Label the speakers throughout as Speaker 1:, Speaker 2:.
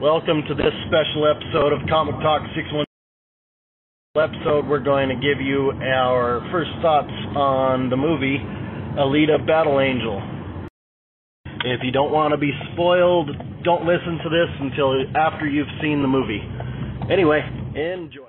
Speaker 1: Welcome to this special episode of Comic Talk 611. Episode, we're going to give you our first thoughts on the movie Alita Battle Angel. If you don't want to be spoiled, don't listen to this until after you've seen the movie. Anyway, enjoy.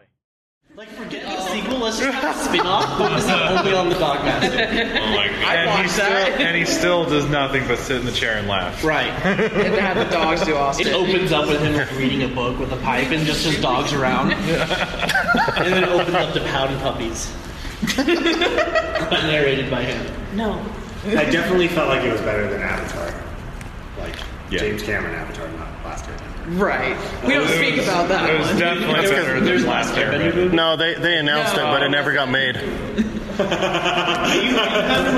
Speaker 2: Like, forget the sequel, let's just have a spin-off focusing only on the dog master.
Speaker 3: and he
Speaker 2: watched
Speaker 3: still
Speaker 2: that.
Speaker 3: and he still does nothing but sit in the chair and laugh.
Speaker 2: Right.
Speaker 4: and to have the dogs do Austin.
Speaker 2: It opens up with him like, reading a book with a pipe and just his dogs around. and then it opens up to Pound Puppies. but narrated by him. No.
Speaker 5: I definitely felt like it was better than Avatar. Like
Speaker 3: Yeah.
Speaker 5: James Cameron Avatar, not Last Airbender.
Speaker 4: Right. We don't
Speaker 3: It
Speaker 4: speak
Speaker 3: was-
Speaker 4: about that
Speaker 3: It was
Speaker 4: one.
Speaker 3: definitely better than last airbender.
Speaker 1: No, they, they announced it, but it never got made.
Speaker 2: Kind of like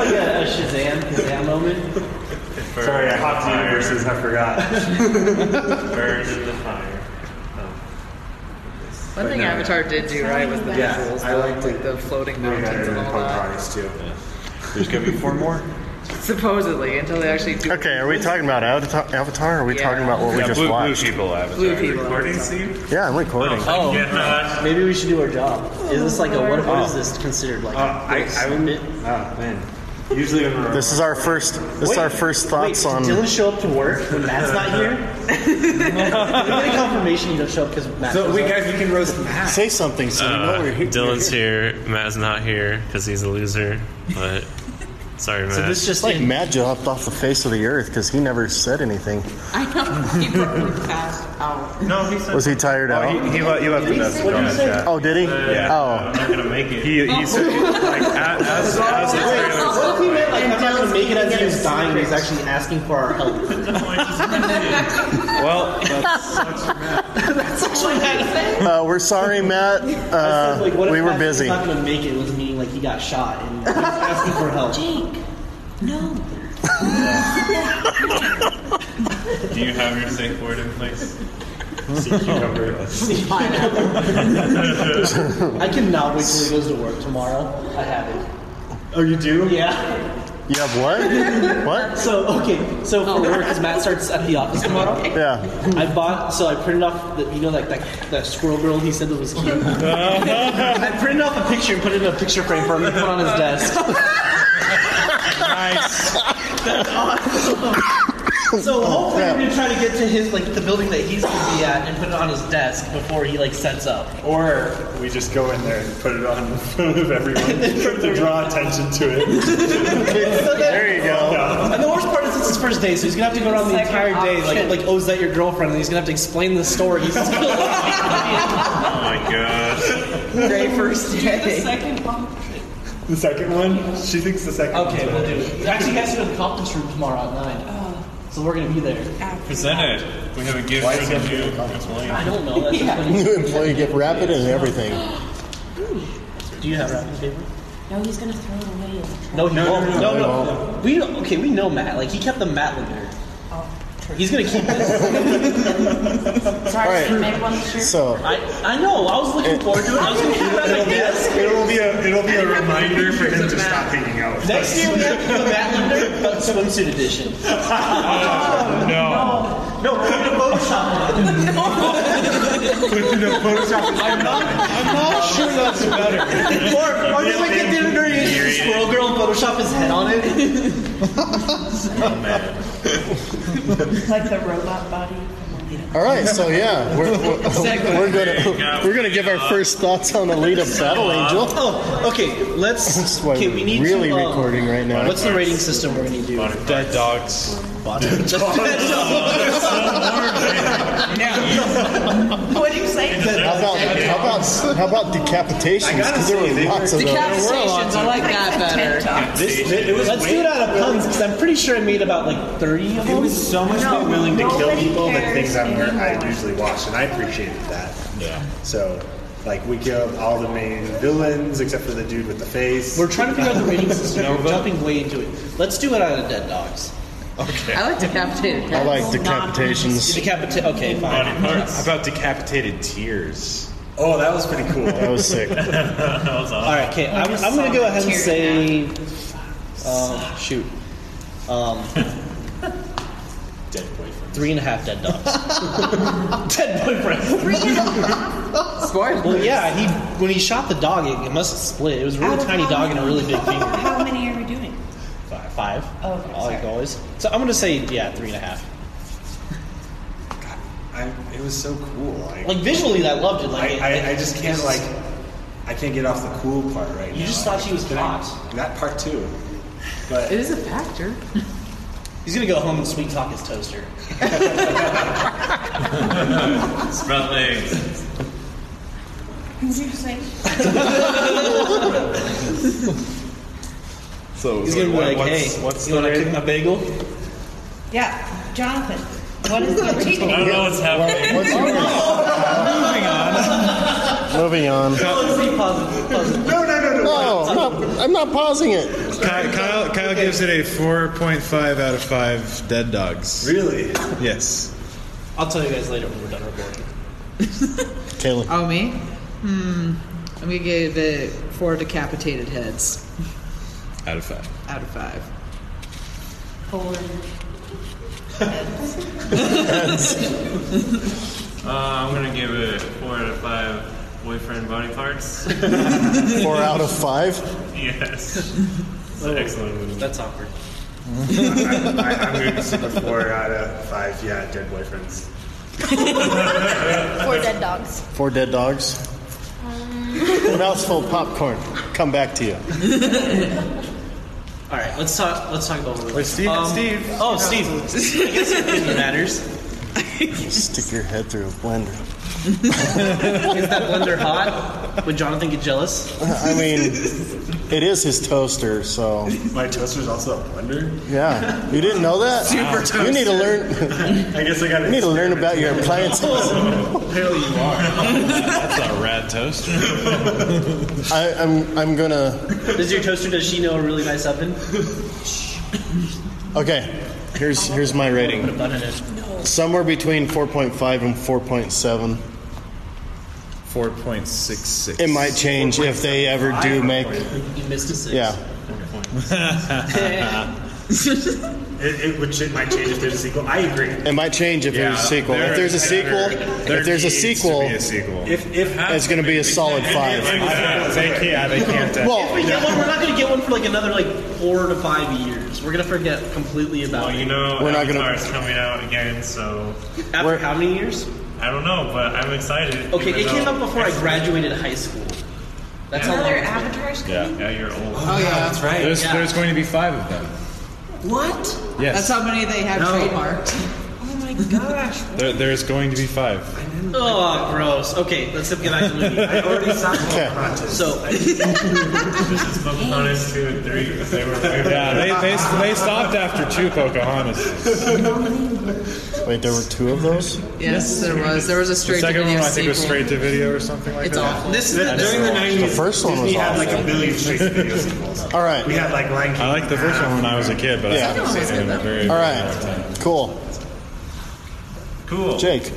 Speaker 2: a, a Shazam, Kazam moment.
Speaker 5: Sorry, I hopped universes. I forgot.
Speaker 3: Burned in the fire.
Speaker 4: One thing Avatar did do right was the
Speaker 5: Yeah,
Speaker 4: visuals,
Speaker 5: I
Speaker 4: though,
Speaker 5: liked
Speaker 4: like
Speaker 5: it.
Speaker 4: the floating
Speaker 5: Way better
Speaker 4: mountains
Speaker 5: than
Speaker 4: and all
Speaker 5: Punk
Speaker 4: that.
Speaker 5: Rise too.
Speaker 3: There's gonna be four more.
Speaker 4: Supposedly, until they actually do.
Speaker 1: Okay, are we talking about Avatar? Avatar or are we
Speaker 4: Yeah.
Speaker 1: talking about what we
Speaker 3: yeah,
Speaker 1: just
Speaker 3: blue, blue
Speaker 1: watched?
Speaker 3: people have.
Speaker 4: Blue people.
Speaker 1: Yeah, I'm recording.
Speaker 2: Oh,
Speaker 3: Uh,
Speaker 2: maybe we should do our job. Is this like a, what, what is this considered like?
Speaker 5: Uh, I, I would. Oh man. Usually when we're
Speaker 1: This is our first. This is our first thoughts
Speaker 2: Wait,
Speaker 1: on.
Speaker 2: Did Dylan show up to work when Matt's not here? Did we get a confirmation he doesn't show up because Matt shows up?
Speaker 5: guys, we can roast Matt.
Speaker 1: Say something, so we know we're here.
Speaker 6: Dylan's here. Matt's not here because he's a loser. But sorry, Matt.
Speaker 2: So this just
Speaker 1: It's like
Speaker 2: in.
Speaker 1: Matt dropped off the face of the earth because he never said anything.
Speaker 7: I know. He probably passed out.
Speaker 3: no, he said.
Speaker 1: Was he tired
Speaker 3: Oh,
Speaker 1: out?
Speaker 3: he, he, le- he left a message on the chat.
Speaker 1: oh, did he?
Speaker 3: Yeah.
Speaker 1: Oh,
Speaker 6: not gonna make it.
Speaker 3: He,
Speaker 2: Oh.
Speaker 3: he said, like, a- as, as the trailer
Speaker 2: What if he meant like I'm not gonna make it as he was dying, he's actually asking for our help.
Speaker 3: Well,
Speaker 1: uh, we're sorry, Matt. Uh,
Speaker 2: Like, what if
Speaker 1: we were
Speaker 2: Matt was
Speaker 1: busy.
Speaker 2: Not gonna make it was meaning like he got shot and he was asking for help.
Speaker 7: Jake, no.
Speaker 6: Do you have your safe word in place?
Speaker 2: Oh, I cannot wait till he goes to work tomorrow. I have it. Oh, you do? Yeah.
Speaker 1: You have what? What?
Speaker 2: So okay, so for work, because Matt starts at the office tomorrow.
Speaker 1: Yeah.
Speaker 2: I bought, so I printed off, the, you know, like that, that squirrel girl he said that was cute. I printed off a picture and put it in a picture frame for him to put on his desk.
Speaker 3: nice.
Speaker 2: So hopefully I'm gonna try to get to his like the building that he's gonna be at and put it on his desk before he like sets up. Or
Speaker 5: We just go in there and put it on in front of everyone to draw attention to it.
Speaker 1: There you go.
Speaker 2: and the worst part is it's his first day, so he's gonna have to go around the
Speaker 7: Second
Speaker 2: entire day like
Speaker 7: option.
Speaker 2: like oh is that your girlfriend? And he's gonna have to explain the story. He's just gonna
Speaker 3: Oh my gosh.
Speaker 4: Great first
Speaker 7: The
Speaker 4: day.
Speaker 7: second option.
Speaker 5: The second one, she thinks the second.
Speaker 2: Okay,
Speaker 5: one's
Speaker 2: we'll
Speaker 5: better.
Speaker 2: do it. Actually, you guys go to the conference room tomorrow at nine, so we're gonna be there.
Speaker 6: Present it. We have a gift
Speaker 5: is
Speaker 6: for
Speaker 5: he
Speaker 6: the new employee.
Speaker 2: I don't know. That's just what
Speaker 1: New employee gift rapid and everything.
Speaker 2: he- Do you have wrapping paper?
Speaker 7: No, he's gonna throw it away.
Speaker 2: No, he won't.
Speaker 1: no,
Speaker 2: No,
Speaker 1: no,
Speaker 2: no, no. We okay. We know Matt. Like he kept the Matt Linder. He's gonna keep this.
Speaker 1: All
Speaker 7: Sorry,
Speaker 1: right.
Speaker 7: you made one shirt.
Speaker 1: So,
Speaker 2: I, I know. I was looking forward to it. I was gonna keep it on my desk.
Speaker 5: It'll be a it'll be a reminder for him to stop hanging out. with
Speaker 2: Next
Speaker 5: us.
Speaker 2: year we have to do a Matt Linder but swimsuit edition.
Speaker 3: No.
Speaker 2: No, we're gonna Photoshop it.
Speaker 5: I'm not.
Speaker 2: I'm not sure that's better. Or, or just like they did during his Squirrel Girl and Photoshop his head on it.
Speaker 7: Like the robot body.
Speaker 1: all right. So yeah, we're we're, we're gonna we're gonna give our first thoughts on Alita Battle Angel.
Speaker 2: Oh, okay.
Speaker 1: This
Speaker 2: Let's.
Speaker 1: is Um, why
Speaker 2: Okay,
Speaker 1: we're
Speaker 2: we need
Speaker 1: really
Speaker 2: to, um,
Speaker 1: recording right now.
Speaker 2: What's the rating system we're gonna do?
Speaker 3: Dead dogs.
Speaker 7: What do you say?
Speaker 1: How about how about how about decapitations? Because there were lots of those.
Speaker 4: Decapitations, I like that better.
Speaker 5: This, it was
Speaker 2: Let's
Speaker 5: way-
Speaker 2: do it out of puns because I'm pretty sure I made about like 30 of them.
Speaker 5: It was so much
Speaker 7: No,
Speaker 5: more willing to kill
Speaker 7: nobody
Speaker 5: people than
Speaker 7: cares
Speaker 5: things that were I
Speaker 7: anymore.
Speaker 5: usually watch, and I appreciated that. Yeah. So, like, we killed all the main villains except for the dude with the face.
Speaker 2: We're trying to figure out the rating system. We're jumping way into it. Let's do it out of Dead Dogs.
Speaker 4: I like decapitated
Speaker 1: I
Speaker 4: pets.
Speaker 1: like decapitations.
Speaker 2: Decapitate. Okay, fine.
Speaker 3: How about decapitated tears?
Speaker 5: oh, that was pretty cool.
Speaker 1: That was sick.
Speaker 2: All right, okay. I'm, I'm gonna go ahead and say, uh, shoot, um,
Speaker 3: Dead boyfriend.
Speaker 2: Three and a half dead dogs. dead boyfriend.
Speaker 4: Spoilers.
Speaker 2: Well, yeah, he when he shot the dog, it, it must have split. It was a really
Speaker 7: Out of
Speaker 2: tiny
Speaker 7: how
Speaker 2: dog and a
Speaker 7: many?
Speaker 2: really big finger.
Speaker 7: How many are we doing?
Speaker 2: Five. Five.
Speaker 7: Oh, okay,
Speaker 2: like
Speaker 7: sorry.
Speaker 2: always. So I'm gonna say yeah, three and a half.
Speaker 5: I, it was so cool. Like,
Speaker 2: Like visually, I loved it. Like
Speaker 5: I,
Speaker 2: it-
Speaker 5: I, I just can't
Speaker 2: it's-
Speaker 5: like I can't get off the cool part right now.
Speaker 2: You just thought she was hot.
Speaker 5: That part too. But
Speaker 4: It is a factor.
Speaker 2: He's gonna go home and sweet talk his toaster.
Speaker 8: Sprout legs.
Speaker 7: What did you say?
Speaker 9: So
Speaker 2: He's gonna be like,
Speaker 3: what's-
Speaker 2: hey,
Speaker 3: what's
Speaker 2: you
Speaker 3: the
Speaker 2: wanna
Speaker 3: rate?
Speaker 2: cook my bagel?
Speaker 7: Yeah, Jonathan. What is the
Speaker 8: I don't
Speaker 7: rating?
Speaker 8: know what's happening.
Speaker 9: what's your
Speaker 1: Moving on.
Speaker 5: no, no, no, no.
Speaker 9: No, I'm not, I'm not pausing it.
Speaker 3: Kyle, Kyle, Kyle gives it a 4.5 out of 5 dead dogs.
Speaker 5: Really?
Speaker 3: Yes.
Speaker 2: I'll tell you guys later when we're done recording.
Speaker 1: Caleb.
Speaker 4: Oh, me? Hmm. I'm going to give it four decapitated heads
Speaker 3: Out of 5.
Speaker 4: out of five.
Speaker 7: Four.
Speaker 8: Uh, I'm gonna give it four out of five boyfriend body parts.
Speaker 9: Four out of five.
Speaker 8: yes. It's an excellent movie.
Speaker 2: That's awkward.
Speaker 5: I, I'm going to give it a four out of five. Yeah, dead boyfriends.
Speaker 10: Four dead dogs.
Speaker 1: Four dead dogs. Mouthful of popcorn. Come back to you.
Speaker 2: All right, let's talk. Let's talk about what we're.
Speaker 3: Wait, Steve- Steve-
Speaker 2: Oh, Steve. I guess it really matters.
Speaker 1: Stick your head through a blender.
Speaker 2: Is that blender hot? Would Jonathan get jealous?
Speaker 1: I mean, it is his toaster, so
Speaker 5: My toaster's also a blender.
Speaker 1: yeah. You didn't know that? Super toaster. You need to learn.
Speaker 5: I guess I got.
Speaker 1: You need to learn about your appliances.
Speaker 5: Apparently you are.
Speaker 3: That's a rad toaster.
Speaker 1: I, I'm I'm gonna.
Speaker 2: Does your toaster? Does she know a really nice oven?
Speaker 1: Okay. Here's here's my rating.
Speaker 2: Bun in it.
Speaker 1: Somewhere between 4.5 and 4.7.
Speaker 3: 4.66.
Speaker 1: It might change if they ever do make.
Speaker 2: You missed a six.
Speaker 1: Yeah.
Speaker 5: It, it, which it might change if there's a sequel. I agree.
Speaker 1: It might change if there's a sequel. If there's a sequel, if there's a sequel,
Speaker 3: There needs to be a sequel.
Speaker 5: If if
Speaker 1: it's going to be a solid five.
Speaker 3: they can't. yeah, They can't. uh,
Speaker 1: Well,
Speaker 2: We get one, we're not gonna get one for like another like four to five years. We're gonna forget completely about
Speaker 8: Well, you
Speaker 2: it.
Speaker 8: know,
Speaker 1: We're not gonna-
Speaker 8: Avatar's coming out again, so
Speaker 2: After how many years?
Speaker 8: I don't know, but I'm excited.
Speaker 2: Okay,
Speaker 8: even
Speaker 2: it came
Speaker 8: though-
Speaker 2: out before I graduated high school. That's how long.
Speaker 7: Another
Speaker 2: it's been.
Speaker 7: avatar's coming?
Speaker 3: Yeah.
Speaker 8: Yeah, you're old.
Speaker 4: Oh, yeah.
Speaker 5: that's right.
Speaker 3: There's, there's going to be five of them.
Speaker 4: What?
Speaker 3: Yes.
Speaker 4: That's how many they have trademarked.
Speaker 7: Oh my gosh.
Speaker 3: There, there's going to be five.
Speaker 2: Oh, gross. Okay, let's get back to the movie. I already saw
Speaker 1: okay.
Speaker 2: So,
Speaker 8: This is Pocahontas two and three because they were way
Speaker 3: Yeah,
Speaker 8: back.
Speaker 3: they, they, they stopped after two Pocahontas.
Speaker 1: Wait, there were two of those?
Speaker 4: Yes, there was. There was a
Speaker 3: The
Speaker 4: straight
Speaker 3: second one,
Speaker 4: video
Speaker 3: I think, was
Speaker 4: sequel.
Speaker 3: straight to video or something like
Speaker 4: It's
Speaker 3: that.
Speaker 4: awful.
Speaker 2: this is the, this
Speaker 5: During the
Speaker 1: The
Speaker 5: nineties,
Speaker 1: first one was
Speaker 5: we had like a
Speaker 1: awesome.
Speaker 5: million straight to video sequels.
Speaker 1: All
Speaker 5: We
Speaker 1: right.
Speaker 5: had like Lion King.
Speaker 3: I liked the first one when I was a kid, but
Speaker 1: Yeah.
Speaker 3: I haven't seen it in a very
Speaker 1: All
Speaker 3: long time.
Speaker 1: right. Cool.
Speaker 8: Cool.
Speaker 1: Jake.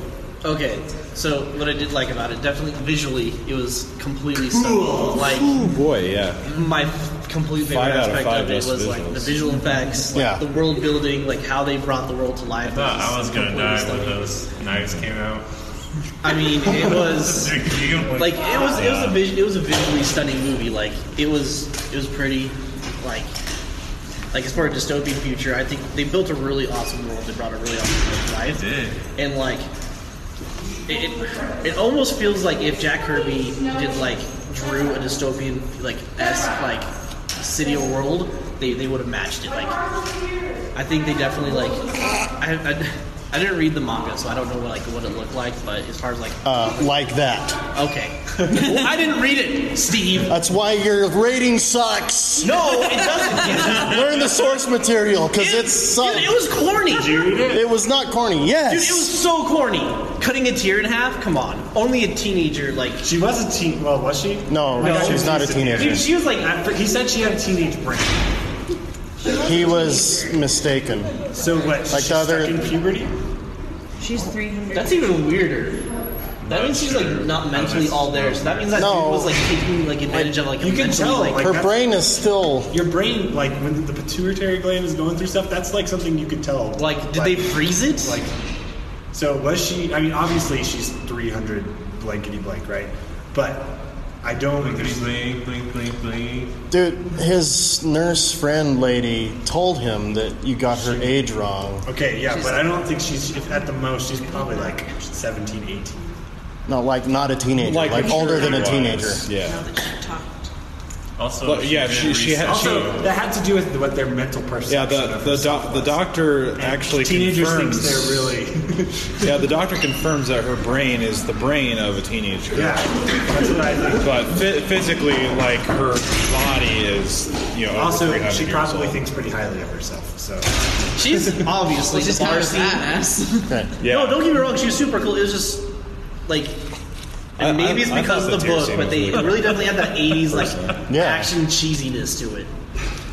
Speaker 2: Okay, so what I did like about it, definitely visually, it was completely stunning. Like
Speaker 3: Ooh, Oh, boy, yeah.
Speaker 2: my f- complete favorite
Speaker 3: Five out of
Speaker 2: aspect
Speaker 3: five
Speaker 2: of it
Speaker 3: just
Speaker 2: was like
Speaker 3: visuals.
Speaker 2: the visual effects, like,
Speaker 1: Yeah.
Speaker 2: the world building, like how they brought the world to life.
Speaker 8: I thought I was gonna die when those knives came out.
Speaker 2: I mean, it was
Speaker 8: They're cute.
Speaker 2: like it was it was a vis- it was a visually stunning movie. Like it was it was pretty like like as far as dystopian future, I think they built a really awesome world. They brought a really awesome world to life.
Speaker 8: did.
Speaker 2: And like it, it it almost feels like if Jack Kirby did like drew a dystopian like esque like city or world, they they would have matched it. Like I think they definitely like I. I I didn't read the manga, so I don't know what, like what it looked like. But as far as like
Speaker 1: Uh, like that.
Speaker 2: Okay. Well, I didn't read it, Steve.
Speaker 1: That's why your rating sucks.
Speaker 2: No, it doesn't.
Speaker 1: Learn the source material because
Speaker 2: It-
Speaker 1: it's
Speaker 2: dude, it
Speaker 1: sucks.
Speaker 2: was corny. Dude,
Speaker 1: It was not corny. Yes.
Speaker 2: it was so corny. Cutting a tear in half? Come on. Only a teenager, like.
Speaker 5: She was a teen. Well, was she?
Speaker 1: No,
Speaker 5: No.
Speaker 1: she's not a
Speaker 2: Dude,
Speaker 1: teenager.
Speaker 2: she was like.
Speaker 5: I- He said she had a teenage brain.
Speaker 1: He was mistaken.
Speaker 5: So what?
Speaker 1: Like
Speaker 5: she's
Speaker 1: the other-
Speaker 5: stuck in puberty.
Speaker 7: She's 300.
Speaker 2: That's even weirder. That means she's like not mentally all there. So that means that
Speaker 1: No.
Speaker 2: dude was like taking like advantage of like a
Speaker 5: You can
Speaker 2: mentally,
Speaker 5: tell,
Speaker 2: like,
Speaker 5: like-
Speaker 1: Her brain is still.
Speaker 5: Your brain, like when the pituitary gland is going through stuff, that's like something you could tell.
Speaker 2: like did they freeze it?
Speaker 5: like so was she i mean obviously she's 300 blankety blank right but i don't
Speaker 8: Blink, blink, blink, blink.
Speaker 1: Dude, his nurse friend lady told him that you got her age wrong.
Speaker 5: okay yeah but i don't think she's if at the most she's probably like 17 18
Speaker 1: No, like not a teenager, like,
Speaker 3: mature
Speaker 1: older than a
Speaker 3: was.
Speaker 1: teenager.
Speaker 3: Yeah.
Speaker 8: Also,
Speaker 3: Well, yeah, she, she had. She,
Speaker 5: also that had to do with what their mental perception
Speaker 3: yeah, the
Speaker 5: of
Speaker 3: the,
Speaker 5: herself
Speaker 3: doc the
Speaker 5: was.
Speaker 3: doctor actually
Speaker 5: teenagers
Speaker 3: confirms.
Speaker 5: thinks they're really
Speaker 3: Yeah, the doctor confirms that her brain is the brain of a teenager.
Speaker 5: yeah that's what i think
Speaker 3: But phy- physically, like her body is, you know. over
Speaker 5: also
Speaker 3: 300
Speaker 5: she
Speaker 3: years
Speaker 5: probably
Speaker 3: old.
Speaker 5: thinks pretty highly of herself so
Speaker 2: she's obviously
Speaker 4: Which is
Speaker 2: the
Speaker 4: kind
Speaker 2: bar
Speaker 4: of
Speaker 2: scene.
Speaker 4: badass.
Speaker 1: Okay.
Speaker 3: Yeah.
Speaker 2: No, don't get me wrong. She was super cool. It was just like,
Speaker 3: I-
Speaker 2: and maybe
Speaker 3: I-
Speaker 2: it's
Speaker 3: I
Speaker 2: because
Speaker 3: thought
Speaker 2: of the
Speaker 3: the tear
Speaker 2: book,
Speaker 3: scene
Speaker 2: but
Speaker 3: was
Speaker 2: they
Speaker 3: really
Speaker 2: really definitely had that '80s like
Speaker 1: Yeah.
Speaker 2: action cheesiness to it.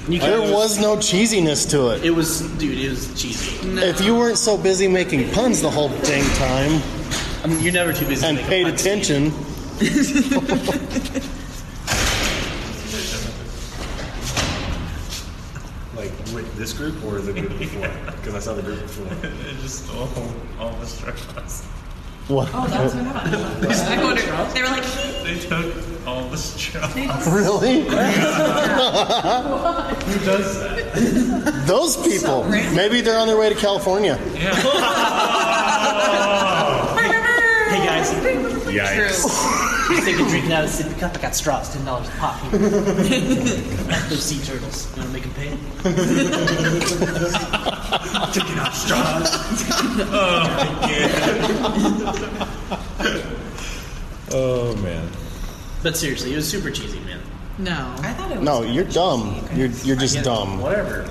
Speaker 2: You
Speaker 1: There
Speaker 2: can-
Speaker 1: was no cheesiness to it.
Speaker 2: It was, dude. It was cheesy.
Speaker 1: If you weren't so busy making puns the whole dang time
Speaker 2: I mean, you're never too busy. to
Speaker 1: and
Speaker 2: make a
Speaker 1: paid
Speaker 2: pun scene.
Speaker 1: attention,
Speaker 5: like with this group or the group before because i saw the group before
Speaker 8: It just all, all destroyed us.
Speaker 1: what?
Speaker 7: Oh, that's what happened. I wonder. They were like, he.
Speaker 8: They took all this jobs.
Speaker 1: Really?
Speaker 8: Who does that?
Speaker 1: Those people. Maybe they're on their way to California.
Speaker 2: Hey guys,
Speaker 3: Yikes.
Speaker 2: take a drink now. Sip cup. I got straws. Ten dollars a pop. Here. Those sea turtles. You wanna make them pay?
Speaker 3: Oh man.
Speaker 2: But seriously, it was super cheesy, man.
Speaker 4: No.
Speaker 7: I thought it was.
Speaker 1: No, you're dumb. You're you're just dumb.
Speaker 2: Whatever.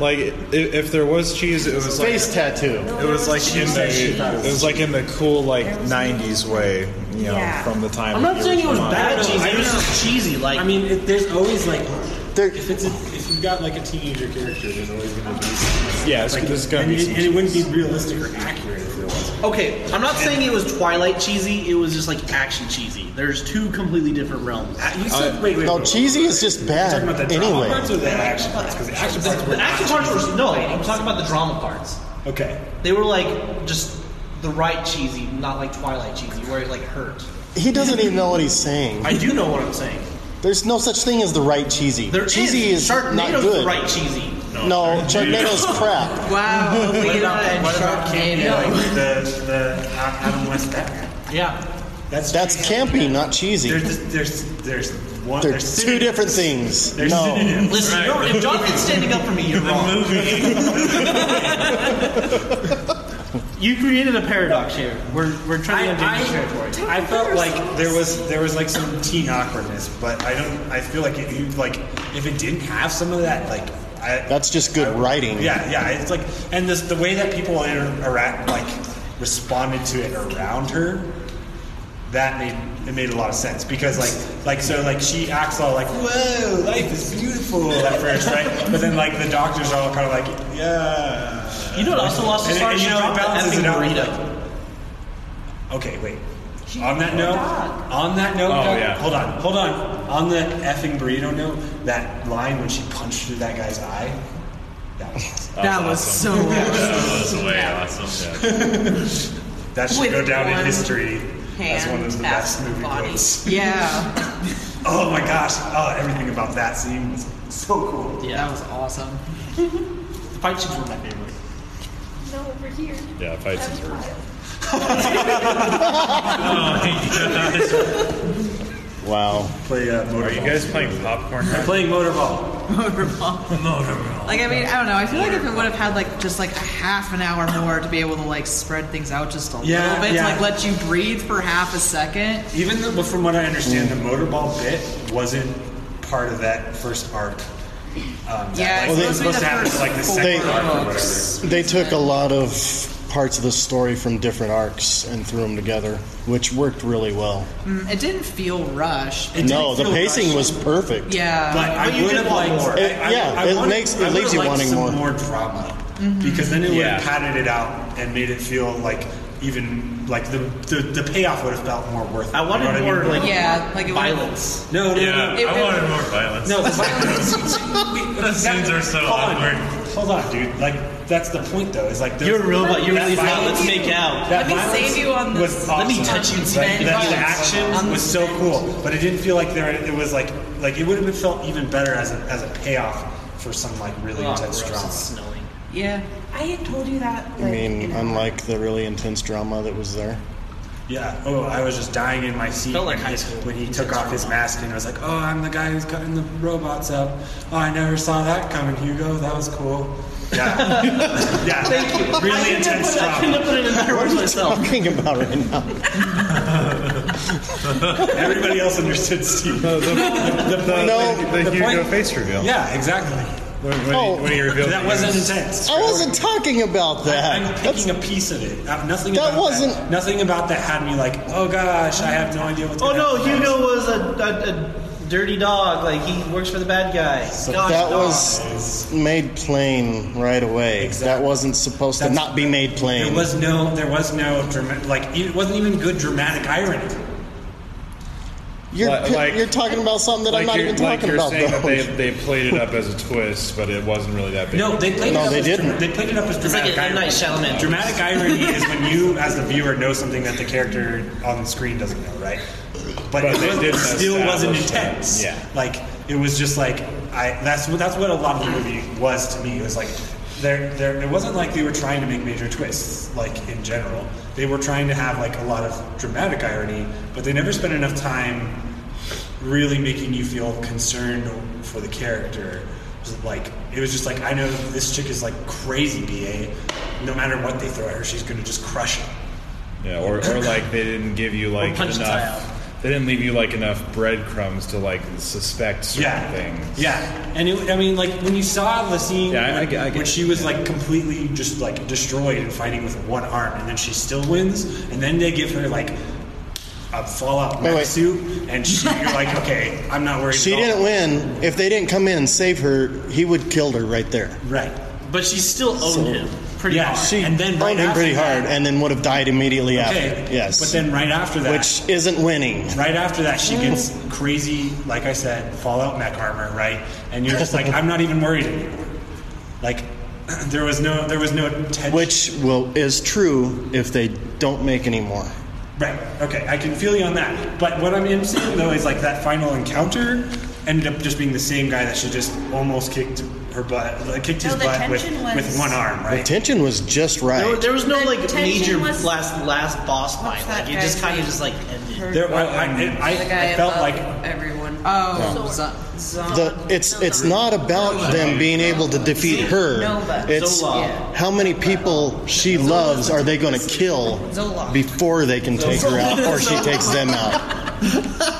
Speaker 3: Like if, if there was cheese, it was like
Speaker 1: Face tattoo.
Speaker 3: it was like in the it was like in the cool like '90s way, you know,
Speaker 7: Yeah.
Speaker 3: from the time.
Speaker 2: I'm not
Speaker 3: of
Speaker 2: saying it
Speaker 3: yours
Speaker 2: was
Speaker 3: mine.
Speaker 2: bad cheesy. It was just cheesy. Like,
Speaker 5: I mean, it, there's always like
Speaker 1: There-
Speaker 5: if it's a, if you've got like a teenager character, there's always going to be some-
Speaker 3: Yeah, it's-
Speaker 5: like,
Speaker 3: there's gonna
Speaker 5: and
Speaker 3: be
Speaker 5: it,
Speaker 3: some
Speaker 5: and it wouldn't be realistic or accurate if there was.
Speaker 2: Okay, I'm not saying it was Twilight cheesy. It was just like action cheesy. There's two completely different realms.
Speaker 5: You said, wait, wait,
Speaker 1: No,
Speaker 5: wait.
Speaker 1: cheesy is just
Speaker 5: You're talking about
Speaker 1: bad.
Speaker 5: the drama
Speaker 1: Anyway,
Speaker 5: parts or the action parts? Because the action parts
Speaker 2: The
Speaker 5: were
Speaker 2: action parts were no. I'm talking about the drama parts.
Speaker 5: okay.
Speaker 2: They were like just the right cheesy, not like Twilight cheesy, where it like hurt.
Speaker 1: he doesn't even know what he's saying.
Speaker 2: I do know what I'm saying.
Speaker 1: There's no such thing as the right cheesy.
Speaker 2: There
Speaker 1: cheesy is
Speaker 2: Sharknado's
Speaker 1: not
Speaker 2: the
Speaker 1: good.
Speaker 2: right cheesy.
Speaker 1: No, Sharknado's crap.
Speaker 4: Wow.
Speaker 2: What about-
Speaker 4: and
Speaker 2: what about
Speaker 4: Sharknado.
Speaker 5: the the Adam West Batman.
Speaker 2: Yeah.
Speaker 5: That's
Speaker 1: That's
Speaker 5: cheesy.
Speaker 1: campy, not cheesy.
Speaker 5: There's
Speaker 1: They're
Speaker 5: just- there's there's one. there's
Speaker 1: two
Speaker 5: synonyms.
Speaker 1: different things.
Speaker 5: There's
Speaker 1: No,
Speaker 5: synonyms.
Speaker 2: Listen,
Speaker 8: Right.
Speaker 2: you're- if Jonathan's standing up for me, you're wrong. you created a paradox here. We're, we're trying to
Speaker 5: I-
Speaker 2: do territory.
Speaker 5: I, I felt like there was there was like some teen awkwardness, but I don't. I feel like if you like if it didn't have some of that, like I,
Speaker 1: that's just good writing.
Speaker 5: yeah, yeah. It's like and this the way that people inter- interact, like responded to it around her. That made it made a lot of sense because like like so like she acts all like whoa life is beautiful at first right but then like the doctors are all kind of like yeah
Speaker 2: You know what also lost
Speaker 5: And
Speaker 2: the star?
Speaker 5: it- and,
Speaker 2: She
Speaker 5: you know, it
Speaker 2: dropped the
Speaker 5: balances
Speaker 2: effing
Speaker 5: it out.
Speaker 2: burrito.
Speaker 5: Okay, wait. on that note, on that note,
Speaker 3: Oh,
Speaker 5: Doug-
Speaker 3: yeah.
Speaker 5: hold on, hold on. On the effing burrito note, that line when she punched through that guy's eye, that was awesome.
Speaker 4: That was so awesome.
Speaker 8: That was way awesome.
Speaker 5: That should
Speaker 7: With
Speaker 5: go down in
Speaker 7: one
Speaker 5: history as
Speaker 7: hand
Speaker 5: one of the
Speaker 7: at
Speaker 5: best movie
Speaker 7: body.
Speaker 5: quotes.
Speaker 4: Yeah.
Speaker 5: Oh my gosh, oh, everything about that scene was so cool.
Speaker 4: That was awesome.
Speaker 2: The fight scenes were my favorite.
Speaker 11: No, over here.
Speaker 3: Yeah, fight scenes were.
Speaker 1: Wow.
Speaker 5: Play uh,
Speaker 8: Are you
Speaker 5: Motorball.
Speaker 8: guys playing popcorn? Now?
Speaker 5: Playing Motorball.
Speaker 4: Motorball.
Speaker 8: Motorball.
Speaker 4: Like I mean, I don't know. I feel like if it would have had like just like a half an hour more to be able to like spread things out just a
Speaker 5: Yeah,
Speaker 4: little bit,
Speaker 5: yeah.
Speaker 4: to, like let you breathe for half a second.
Speaker 5: Even though, but from what I understand, the Motorball bit wasn't part of that first arc. Um, that,
Speaker 4: Yeah,
Speaker 5: like,
Speaker 4: it's
Speaker 5: it was
Speaker 4: supposed to
Speaker 5: supposed to
Speaker 4: be
Speaker 5: happen
Speaker 4: the
Speaker 5: like the
Speaker 4: first
Speaker 5: second
Speaker 1: four
Speaker 5: arc or whatever.
Speaker 4: books.
Speaker 1: They took a lot of parts of the story from different arcs and threw them together, which worked really well.
Speaker 4: Mm, It didn't feel rushed.
Speaker 5: It
Speaker 1: No,
Speaker 5: didn't
Speaker 1: the
Speaker 5: feel
Speaker 1: pacing
Speaker 5: rushed.
Speaker 1: was perfect.
Speaker 4: Yeah.
Speaker 5: But I would have liked more.
Speaker 1: It- yeah, it makes- it leaves you wanting more.
Speaker 5: more drama because then it would
Speaker 3: Yeah.
Speaker 5: have padded it out and made it feel like even like the the, the payoff would have felt more worth. it.
Speaker 2: I wanted
Speaker 5: You know what
Speaker 2: more
Speaker 5: mean?
Speaker 2: like
Speaker 4: Yeah, like it would-
Speaker 2: violence.
Speaker 5: no, no, no, no.
Speaker 8: Yeah,
Speaker 4: It
Speaker 8: I
Speaker 4: would-
Speaker 8: wanted more violence.
Speaker 5: No, the violence.
Speaker 8: Those scenes are so awkward.
Speaker 5: Hold on, dude. Like that's the point, though. Is like those-
Speaker 2: You're a robot. You
Speaker 5: that
Speaker 2: really thought.
Speaker 5: violence-
Speaker 2: Let's make out.
Speaker 4: Let
Speaker 5: that
Speaker 4: me
Speaker 5: violence
Speaker 4: save you on
Speaker 5: was
Speaker 4: this-
Speaker 2: let me
Speaker 5: awesome.
Speaker 2: touch you and
Speaker 5: Like,
Speaker 2: spend
Speaker 5: that- the
Speaker 2: violence
Speaker 5: action
Speaker 4: on
Speaker 5: was
Speaker 4: the
Speaker 5: so
Speaker 4: spend.
Speaker 5: cool, but it didn't feel like there. It was like like it would have been felt even better as a, as a payoff for some like really
Speaker 2: Oh,
Speaker 5: intense
Speaker 2: gross,
Speaker 5: drama.
Speaker 2: it's snowing.
Speaker 4: Yeah.
Speaker 7: I had told you that.
Speaker 1: I mean, unlike the really intense drama that was there.
Speaker 5: Yeah. Oh, I was just dying in my seat
Speaker 2: Felt like
Speaker 5: when,
Speaker 2: high
Speaker 5: he,
Speaker 2: school.
Speaker 5: when he took off his mask and was like, "Oh, I'm the guy who's cutting the robots up. Oh, I never saw that coming, Hugo. That was cool." Yeah. yeah. Thank you.
Speaker 2: I couldn't
Speaker 5: Really
Speaker 2: have
Speaker 5: intense
Speaker 2: put- I couldn't
Speaker 5: drama.
Speaker 2: have put it in better words
Speaker 5: Oh.
Speaker 2: myself.
Speaker 1: Talking about right now.
Speaker 5: Everybody else understood Steve.
Speaker 3: The, the, the,
Speaker 1: No,
Speaker 3: the,
Speaker 5: the
Speaker 3: Hugo
Speaker 5: point-
Speaker 3: face reveal.
Speaker 5: Yeah, exactly.
Speaker 3: When, when,
Speaker 1: Oh.
Speaker 3: he, when he revealed
Speaker 5: That
Speaker 3: the
Speaker 5: wasn't
Speaker 3: penis.
Speaker 5: intense.
Speaker 1: I wasn't talking about that.
Speaker 5: I'm
Speaker 1: That's-
Speaker 5: picking a piece of it. Uh, Nothing.
Speaker 1: That
Speaker 5: about
Speaker 1: wasn't-
Speaker 5: Nothing about that had me like, oh gosh, I have no idea what's.
Speaker 2: Oh
Speaker 5: gonna
Speaker 2: no,
Speaker 5: happen next."
Speaker 2: Hugo was a, a, a dirty dog. Like he works for the bad guy. Gosh,
Speaker 1: that
Speaker 2: dog.
Speaker 1: was made plain right away. That
Speaker 5: Exactly.
Speaker 1: wasn't supposed to
Speaker 5: That's-
Speaker 1: not be made plain.
Speaker 5: There was no, there was no dramatic, like it wasn't even good dramatic irony.
Speaker 1: you're,
Speaker 3: Li-
Speaker 1: pi-
Speaker 3: like-
Speaker 1: you're talking about something that I'm
Speaker 3: Like
Speaker 1: not
Speaker 3: you're,
Speaker 1: even
Speaker 3: like
Speaker 1: talking
Speaker 3: you're
Speaker 1: about,
Speaker 3: saying
Speaker 1: though.
Speaker 3: that they, they played it up as a twist, but it wasn't really that big.
Speaker 5: No, they played
Speaker 1: No,
Speaker 5: it up
Speaker 1: they
Speaker 5: as
Speaker 1: didn't.
Speaker 5: they played it up as
Speaker 2: It's like
Speaker 5: dramatic
Speaker 2: an M. Night
Speaker 5: irony.
Speaker 2: Shyamalan.
Speaker 5: Dramatic irony is when you, as the viewer, know something that the character on the screen doesn't know, right? But,
Speaker 3: But
Speaker 5: it,
Speaker 3: they
Speaker 5: was-
Speaker 3: did
Speaker 5: it still wasn't
Speaker 3: establish that,
Speaker 5: intense.
Speaker 3: yeah.
Speaker 5: Like it was just like I. That's what that's what a lot of the movie was to me. It was like there, there. It wasn't like they were trying to make major twists, like in general. They were trying to have like a lot of dramatic irony, but they never spent enough time really making you feel concerned for the character. It was Like it was just like I know this chick is like crazy BA. No matter what they throw at her, she's gonna just crush it.
Speaker 3: Yeah, or, or like they didn't give you like
Speaker 2: punch the tile.
Speaker 3: enough. They didn't leave you like enough breadcrumbs to like suspect certain
Speaker 5: Yeah,
Speaker 3: things.
Speaker 5: yeah. And it, I mean, like when you saw the scene
Speaker 3: Yeah, I- I
Speaker 5: when,
Speaker 3: get- I get
Speaker 5: when
Speaker 3: it,
Speaker 5: she was
Speaker 3: yeah.
Speaker 5: like completely just like destroyed and fighting with one arm, and then she still wins, and then they give her like a Fallout
Speaker 1: Wait,
Speaker 5: mech
Speaker 1: wait.
Speaker 5: suit, and she, you're like, okay, I'm not worried.
Speaker 1: she
Speaker 5: at
Speaker 1: didn't
Speaker 5: all.
Speaker 1: win. If they didn't come in and save her, he would kill her right there.
Speaker 5: right?
Speaker 2: But she still owned him pretty
Speaker 5: Yeah,
Speaker 2: hard.
Speaker 5: she- And then right
Speaker 1: owned him pretty
Speaker 5: after that-
Speaker 1: hard, and then would have died immediately
Speaker 5: Okay,
Speaker 1: after. Yes,
Speaker 5: But then right after that,
Speaker 1: which isn't winning.
Speaker 5: Right after that, she gets crazy, like I said, Fallout mech armor, right? And you're just like, I'm not even worried anymore. Like, there was no, there was no tension.
Speaker 1: Which will is true if they don't make any more.
Speaker 5: right? Okay, I can feel you on that. But what I'm saying though is like that final encounter ended up just being the same guy that she just almost kicked her butt, like, kicked
Speaker 7: No,
Speaker 5: his
Speaker 7: the
Speaker 5: butt with
Speaker 7: tension was-
Speaker 5: with one arm,
Speaker 1: The
Speaker 5: right?
Speaker 1: tension was just right.
Speaker 2: There, there was no
Speaker 7: The
Speaker 2: like major
Speaker 7: tension was-
Speaker 2: last last boss
Speaker 7: What's
Speaker 2: fight.
Speaker 7: that
Speaker 2: Like it just
Speaker 7: guy's
Speaker 2: kind of
Speaker 7: name?
Speaker 2: just like ended.
Speaker 5: There, I, I,
Speaker 4: The
Speaker 5: I, I
Speaker 4: guy
Speaker 5: felt
Speaker 4: above
Speaker 5: like
Speaker 4: everyone. Oh, Zon- Zon-
Speaker 1: The, it's it's not about them being able to defeat her.
Speaker 7: Nova.
Speaker 1: It's
Speaker 2: Zola.
Speaker 1: how many people she loves are they going to kill
Speaker 7: Zola.
Speaker 1: before they can take her out or she takes them out.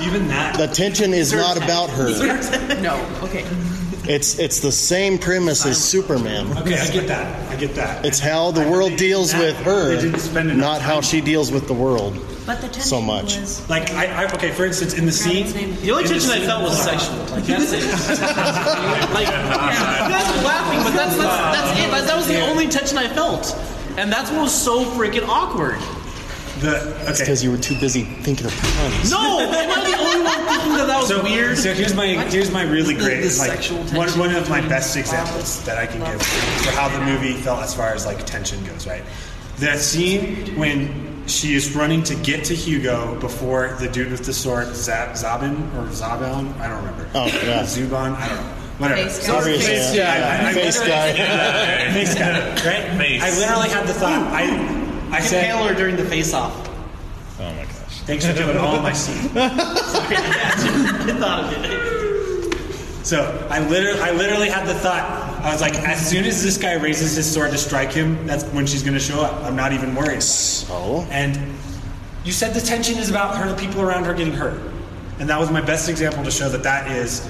Speaker 5: even that.
Speaker 1: The tension is not about her.
Speaker 4: No. Okay.
Speaker 1: It's it's the same premise as Superman.
Speaker 5: Okay, I get that. I get that.
Speaker 1: It's how the world deals with her,
Speaker 5: They didn't spend enough
Speaker 1: not how
Speaker 5: time.
Speaker 1: she deals with the world.
Speaker 7: But the tension
Speaker 1: So much.
Speaker 7: was-
Speaker 5: Like I, I okay, for instance, in the scene,
Speaker 2: The only tension I felt was sexual. Like that's it. like you guys are laughing, but that's that's, that's it. That, that was the only tension I felt, and that's what was so freaking awkward.
Speaker 5: the okay.
Speaker 1: Because you were too busy thinking of puns.
Speaker 2: No, am I the only one thinking that that was
Speaker 5: So
Speaker 2: weird?
Speaker 5: So here's my here's my really
Speaker 2: The-
Speaker 5: great
Speaker 2: the
Speaker 5: like
Speaker 2: sexual
Speaker 5: one,
Speaker 2: tension
Speaker 5: one of my
Speaker 2: between
Speaker 5: best examples that I can give for how the movie felt as far as like tension goes. Right, that scene when she is running to get to Hugo before the dude with the sword Zab, Zabin or Zabon, I don't remember.
Speaker 1: Oh, yeah.
Speaker 5: Zuban, I don't know. Whatever.
Speaker 7: Face guy.
Speaker 1: Obviously,
Speaker 5: Face guy.
Speaker 1: yeah.
Speaker 5: I- I-
Speaker 1: Face guy.
Speaker 5: Face guy, right?
Speaker 8: Face.
Speaker 5: I literally had the thought. I I
Speaker 2: I
Speaker 5: said,
Speaker 2: Taylor during the face-off.
Speaker 3: Oh my gosh.
Speaker 5: thanks for doing all my scenes.
Speaker 2: I thought of it.
Speaker 5: So I literally, I literally had the thought. I was like, as soon as this guy raises his sword to strike him, that's when she's going to show up. I'm not even worried.
Speaker 1: So
Speaker 5: And you said the tension is about her, the people around her getting hurt, and that was my best example to show that that is.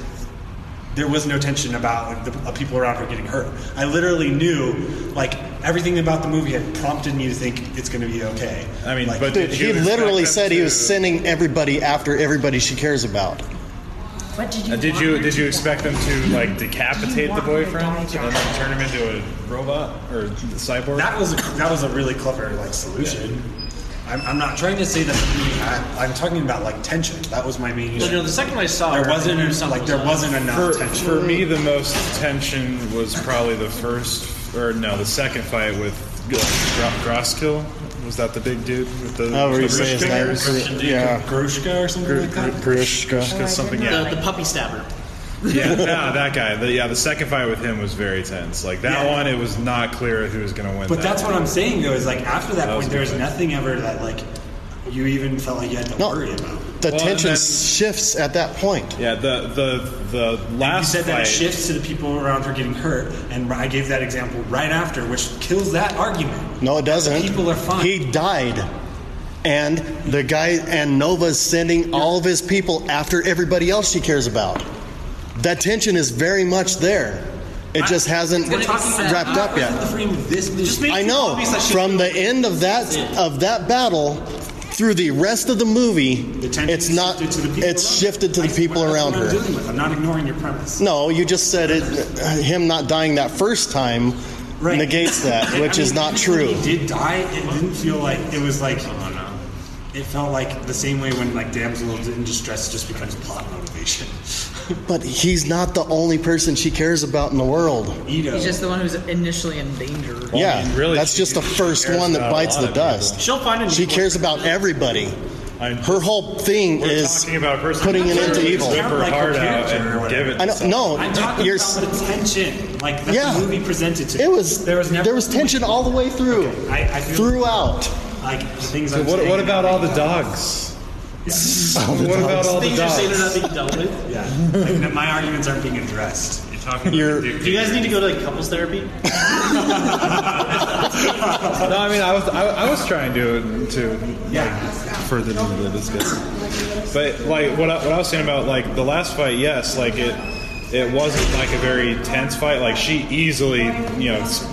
Speaker 5: There was no tension about the uh, people around her getting hurt. I literally knew, like everything about the movie had prompted me to think it's going to be okay.
Speaker 3: I mean,
Speaker 5: like,
Speaker 3: but
Speaker 1: Dude,
Speaker 3: did you
Speaker 1: he literally
Speaker 3: expect them
Speaker 1: said he
Speaker 3: to-
Speaker 1: was sending everybody after everybody she cares about.
Speaker 7: What did you?
Speaker 3: Uh, did
Speaker 7: want
Speaker 3: you
Speaker 7: her
Speaker 3: did
Speaker 7: to
Speaker 3: you
Speaker 7: do?
Speaker 3: expect them to like decapitate the
Speaker 7: want her to
Speaker 3: boyfriend
Speaker 7: die,
Speaker 3: and then
Speaker 7: Josh?
Speaker 3: turn him into a robot or cyborg?
Speaker 5: that was a, that was a really clever like solution. I'm, I'm not trying to say that. he- I, I'm talking about like tension. That was my main issue.
Speaker 2: Well, no, the second I saw
Speaker 5: there
Speaker 2: her, I knew
Speaker 5: wasn't
Speaker 2: something
Speaker 5: like there
Speaker 2: was up.
Speaker 5: wasn't enough
Speaker 3: For,
Speaker 5: tension.
Speaker 3: for me, the most tension was probably the first, or no, the second fight with uh, Gro- Groskill. Was that the big dude with the?
Speaker 1: However you say his
Speaker 3: Groshka?
Speaker 1: name.
Speaker 5: Christian dude,
Speaker 1: Yeah.
Speaker 5: Grushka or something like that.
Speaker 1: Grushka.
Speaker 3: Groshka something. Yeah,
Speaker 2: The, the puppy stabber.
Speaker 3: yeah, no, that guy. The, yeah, the second fight with him was very tense. Like that
Speaker 5: Yeah.
Speaker 3: one, it was not clear who was going to win.
Speaker 5: But
Speaker 3: that.
Speaker 5: that's what I'm saying though is like after that,
Speaker 3: That was
Speaker 5: point, there was
Speaker 3: good.
Speaker 5: nothing ever that like you even felt like you had to
Speaker 1: No.
Speaker 5: worry about. You
Speaker 1: The
Speaker 3: Well, and
Speaker 1: tension
Speaker 3: then-
Speaker 1: shifts at that point.
Speaker 3: Yeah, the the the last
Speaker 5: said that
Speaker 3: fight.
Speaker 5: it shifts to the people around her getting hurt, and I gave that example right after, which kills that argument.
Speaker 1: No, it doesn't.
Speaker 5: People are fine.
Speaker 1: He died. And the guy and Nova's sending all of his people after everybody else she cares about. That tension is very much there. It just hasn't
Speaker 2: We're talking about-
Speaker 1: wrapped up
Speaker 5: In the
Speaker 1: yet.
Speaker 5: frame of this movie,
Speaker 2: Just make
Speaker 1: I
Speaker 2: it
Speaker 1: know.
Speaker 2: obvious that she-
Speaker 1: From the end of that of that battle through the rest of the movie,
Speaker 5: the tension
Speaker 1: it's
Speaker 5: is
Speaker 1: not
Speaker 5: shifted to the people
Speaker 1: it's
Speaker 5: around
Speaker 1: shifted to the
Speaker 5: her.
Speaker 1: people
Speaker 5: That's what
Speaker 1: around
Speaker 5: I'm
Speaker 1: her.
Speaker 5: dealing with. I'm not ignoring your premise.
Speaker 1: No, you just said it. Him not dying that first time
Speaker 5: Right.
Speaker 1: negates that,
Speaker 5: I
Speaker 1: which
Speaker 5: mean,
Speaker 1: is not
Speaker 5: even
Speaker 1: true.
Speaker 5: When he did die. It didn't feel like it was like. It felt like the same way when like damsel in distress just becomes plot motivation.
Speaker 1: But he's not the only person she cares about in the world.
Speaker 5: Ito.
Speaker 4: He's just the one who's initially in danger.
Speaker 1: yeah,
Speaker 3: mean, really,
Speaker 1: that's
Speaker 3: she-
Speaker 1: just the
Speaker 3: she
Speaker 1: first
Speaker 3: cares
Speaker 1: one
Speaker 3: about
Speaker 1: that
Speaker 3: a
Speaker 1: bites
Speaker 3: lot
Speaker 1: the
Speaker 3: of people.
Speaker 1: dust.
Speaker 2: She'll find a new
Speaker 1: She
Speaker 2: one.
Speaker 1: cares about everybody.
Speaker 3: I'm-
Speaker 1: Her whole thing
Speaker 3: We're
Speaker 1: is
Speaker 3: talking about a person
Speaker 1: putting it into
Speaker 5: Just
Speaker 1: evil.
Speaker 3: Whip her
Speaker 5: Like her
Speaker 3: heart out
Speaker 5: character or
Speaker 3: and
Speaker 5: whatever.
Speaker 3: give it.
Speaker 1: I know, no,
Speaker 5: I'm talking
Speaker 1: you're,
Speaker 5: about the tension, like that
Speaker 1: Yeah.
Speaker 5: the movie presented to.
Speaker 1: it
Speaker 5: me.
Speaker 1: was there was, tension all the way through,
Speaker 5: I, I feel
Speaker 1: throughout.
Speaker 5: like the things.
Speaker 3: So
Speaker 5: I'm
Speaker 3: what,
Speaker 5: saying-
Speaker 3: what about all the dogs? what about all the
Speaker 2: Things you're saying are
Speaker 3: dogs?
Speaker 2: not being dealt with.
Speaker 5: Yeah, like, that my arguments aren't being addressed.
Speaker 8: You're talking about
Speaker 1: You're-
Speaker 8: Dick
Speaker 2: Do you guys need to go to like couples therapy?
Speaker 3: No, I mean I was I, I was trying to to
Speaker 5: Yeah,
Speaker 3: further into the discussion. But like what I, what I was saying about like the last fight, yes, like it it wasn't like a very tense fight. Like she easily you know s-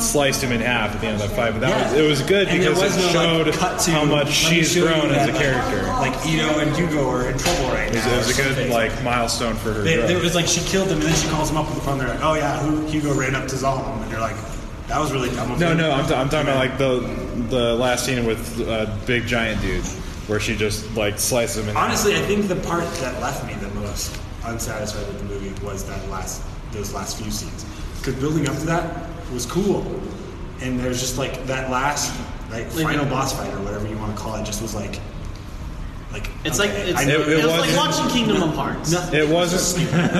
Speaker 3: sliced him in half at the end of that fight. But that was it was good
Speaker 5: And there
Speaker 3: because it
Speaker 5: was no, like,
Speaker 3: showed
Speaker 5: cut to,
Speaker 3: how
Speaker 5: let
Speaker 3: much
Speaker 5: me
Speaker 3: she's
Speaker 5: show you
Speaker 3: grown as
Speaker 5: that,
Speaker 3: a
Speaker 5: like-
Speaker 3: character.
Speaker 5: Like Ito and Hugo are in trouble right
Speaker 3: It was,
Speaker 5: now.
Speaker 3: it was
Speaker 5: or
Speaker 3: a good
Speaker 5: something.
Speaker 3: like milestone for her.
Speaker 5: They,
Speaker 3: growth.
Speaker 5: it was like she killed him, and then she calls him up on the phone. They're like, "Oh yeah, who, Hugo ran up to Zalm," and they're like, "That was really dumb." of
Speaker 3: No,
Speaker 5: him."
Speaker 3: no, I'm, t- I'm talking about like the the last scene with uh, big giant dude, where she just like slices him. In half.
Speaker 5: Honestly, I think the part that left me the most unsatisfied with the movie was that last those last few scenes. Because building up to that was cool, and there's just like that last like final boss fight or whatever you want to call it. Just was like, like
Speaker 2: It's
Speaker 5: okay,
Speaker 2: like it's,
Speaker 5: I
Speaker 2: it,
Speaker 5: know
Speaker 3: it
Speaker 2: was like
Speaker 3: wasn't-
Speaker 2: watching Kingdom of Hearts.
Speaker 3: it wasn't. it, was, it wasn't.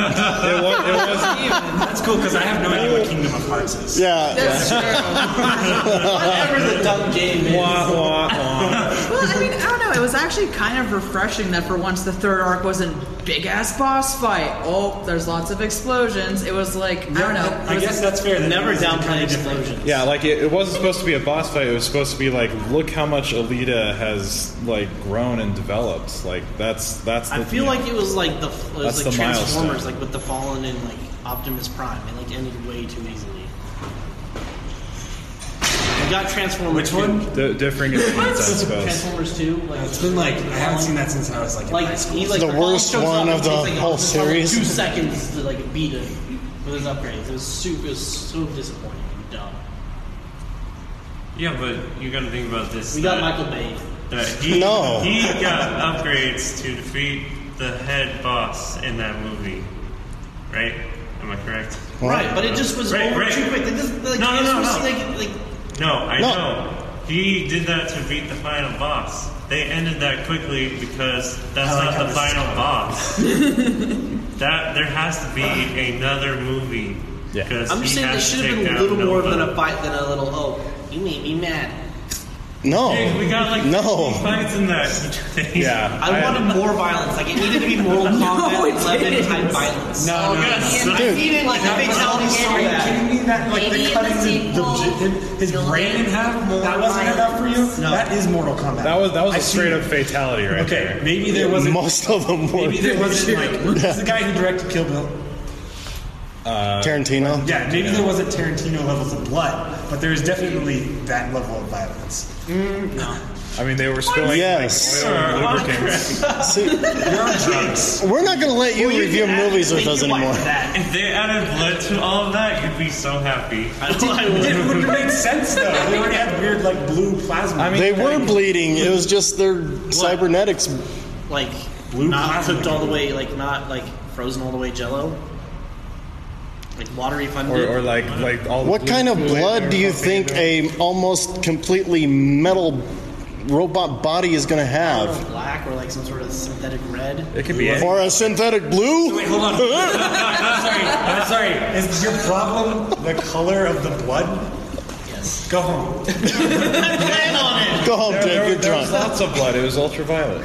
Speaker 5: that's cool because I have no idea what Kingdom of Hearts is.
Speaker 1: Yeah,
Speaker 4: That's true.
Speaker 2: Whatever the dumb game is.
Speaker 3: Wah, wah, wah.
Speaker 4: Well, I mean, I don't know. It was actually kind of refreshing that for once the third arc wasn't big ass boss fight. Oh, there's lots of explosions. It was like I don't know.
Speaker 5: I guess that's fair. that
Speaker 2: Never
Speaker 5: it's kind of
Speaker 2: downplay
Speaker 5: different.
Speaker 2: explosions.
Speaker 3: Yeah, like it, it wasn't supposed to be a boss fight. It was supposed to be like, look how much Alita has like grown and developed. Like that's that's. The,
Speaker 2: I feel
Speaker 3: you know,
Speaker 2: like it was like the it was
Speaker 3: That's the
Speaker 2: like Transformers,
Speaker 3: milestone.
Speaker 2: like with the Fallen and like Optimus Prime. It like ended way too easily. You got Transformers.
Speaker 5: Which
Speaker 2: 2.
Speaker 5: one?
Speaker 3: D- differing opinions, I suppose.
Speaker 2: Transformers Two. Like
Speaker 5: It's been like I haven't seen that since I was like in high
Speaker 2: Like,
Speaker 5: school.
Speaker 2: he, like
Speaker 1: The
Speaker 2: Kong
Speaker 1: worst
Speaker 2: shows
Speaker 1: one
Speaker 2: up
Speaker 1: of
Speaker 2: and
Speaker 1: the
Speaker 2: takes, like,
Speaker 1: whole
Speaker 2: almost, like,
Speaker 1: series.
Speaker 2: Two seconds to like beat him with his upgrades. It was super, it was so disappointing. and Dumb.
Speaker 8: Yeah, but you gotta think about this.
Speaker 2: We got
Speaker 8: that-
Speaker 2: Michael Bay.
Speaker 8: that he,
Speaker 1: No.
Speaker 8: He got upgrades to defeat the head boss in that movie. Right? Am I correct?
Speaker 2: Right, but it just was
Speaker 8: Right,
Speaker 2: over
Speaker 8: right.
Speaker 2: too quick. They just, like,
Speaker 8: No, no,
Speaker 2: it's
Speaker 8: no,
Speaker 2: just,
Speaker 8: no.
Speaker 2: Like, like,
Speaker 8: No, I
Speaker 1: No.
Speaker 8: know. He did that to beat the final boss. They ended that quickly because that's
Speaker 5: I like how
Speaker 8: not the
Speaker 5: this is
Speaker 8: final boss. that there has to be another movie.
Speaker 3: Yeah.
Speaker 8: because
Speaker 2: I'm just
Speaker 8: he
Speaker 2: saying there
Speaker 8: has to
Speaker 2: should have
Speaker 8: take
Speaker 2: been a
Speaker 8: down
Speaker 2: little more than a
Speaker 8: Nova.
Speaker 2: fight than a little. Oh, you made me mad.
Speaker 1: no,
Speaker 8: Dude, we got like
Speaker 1: No.
Speaker 8: 50 fights in that.
Speaker 3: Yeah,
Speaker 2: I, wanted more violence. Like it needed to be Mortal Kombat 11 type violence.
Speaker 5: No,
Speaker 8: Oh,
Speaker 5: no, no.
Speaker 2: I needed like a fatality so
Speaker 7: Are you
Speaker 2: bad.
Speaker 5: kidding me? That like
Speaker 7: Maybe
Speaker 5: the cutting the,
Speaker 7: in the
Speaker 5: the, his- his
Speaker 7: sequel,
Speaker 5: brain in half.
Speaker 7: more
Speaker 5: That wasn't enough for you.
Speaker 2: No.
Speaker 5: That is Mortal Kombat.
Speaker 3: That was that was
Speaker 5: I
Speaker 3: a
Speaker 5: see-
Speaker 3: straight up fatality right
Speaker 5: Okay,
Speaker 3: there.
Speaker 5: maybe there wasn't.
Speaker 1: most of them were.
Speaker 5: Maybe there wasn't like. Who's the guy who directed Kill Bill?
Speaker 3: Uh,
Speaker 1: Tarantino.
Speaker 5: Yeah, maybe there wasn't Tarantino levels of blood, but there was definitely that level of violence.
Speaker 3: I mean, they were spilling
Speaker 1: Yes.
Speaker 3: like, oil and lubricants.
Speaker 1: See, we're not going to let you review movies with us anymore.
Speaker 8: If they added blood to all of that, you'd be so happy.
Speaker 5: It would have made sense though. They already had weird like blue plasma.
Speaker 3: I mean-
Speaker 1: They were bleeding. It was just their cybernetics.
Speaker 2: like
Speaker 5: Blue
Speaker 2: not
Speaker 5: plasma.
Speaker 2: cooked all the way, like not like frozen all the way jello. Like watery funded.
Speaker 3: Or, or like like all. the
Speaker 1: What
Speaker 3: blue
Speaker 1: kind of
Speaker 3: fluid
Speaker 1: blood
Speaker 3: or
Speaker 1: do you
Speaker 3: something.
Speaker 1: think a almost completely metal robot body is going to
Speaker 2: Or
Speaker 1: have?
Speaker 2: uh, black or like some sort of synthetic red.
Speaker 3: It could be. any-
Speaker 1: Or a synthetic blue?
Speaker 5: Wait, hold on. I'm sorry. I'm sorry. Is your problem the color of the blood?
Speaker 2: Yes.
Speaker 5: Go home.
Speaker 2: Plan on it.
Speaker 1: Go home,
Speaker 3: There,
Speaker 1: Jake.
Speaker 3: there-
Speaker 1: You're
Speaker 3: there was
Speaker 1: drunk.
Speaker 3: lots of blood. It was ultraviolet.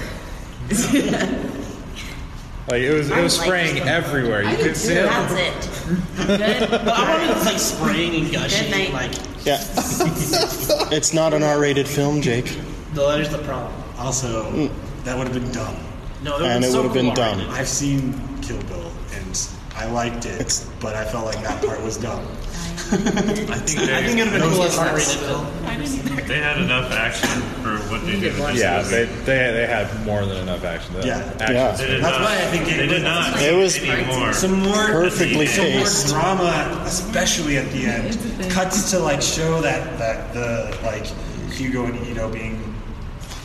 Speaker 3: Like it was, it was
Speaker 12: like
Speaker 3: spraying everywhere. You could see it.
Speaker 12: That's it.
Speaker 2: But I wanted it's like spraying and gushing.
Speaker 12: Good night.
Speaker 2: Like
Speaker 1: Yeah. it's not an R-rated film, Jake.
Speaker 2: no, that is the problem.
Speaker 5: Also, that would have been dumb.
Speaker 2: No, it
Speaker 1: And it
Speaker 2: would
Speaker 1: would have been
Speaker 2: dumb.
Speaker 1: dumb.
Speaker 5: I've seen Kill Bill and I liked it,
Speaker 1: It's-
Speaker 5: but I felt like that part was dumb.
Speaker 8: I think they, they had enough action for what they did. with this
Speaker 3: Yeah,
Speaker 8: movie.
Speaker 3: they, they they had more than enough action. The
Speaker 5: Yeah.
Speaker 3: action
Speaker 1: Yeah.
Speaker 8: They did
Speaker 5: That's
Speaker 8: not.
Speaker 5: why I think it
Speaker 8: they
Speaker 5: was-
Speaker 8: did not.
Speaker 1: It was
Speaker 8: anymore.
Speaker 5: Some more
Speaker 1: Perfectly
Speaker 5: some more
Speaker 1: paced.
Speaker 5: drama, especially at the end, cuts to like show that that the like Hugo and Ito being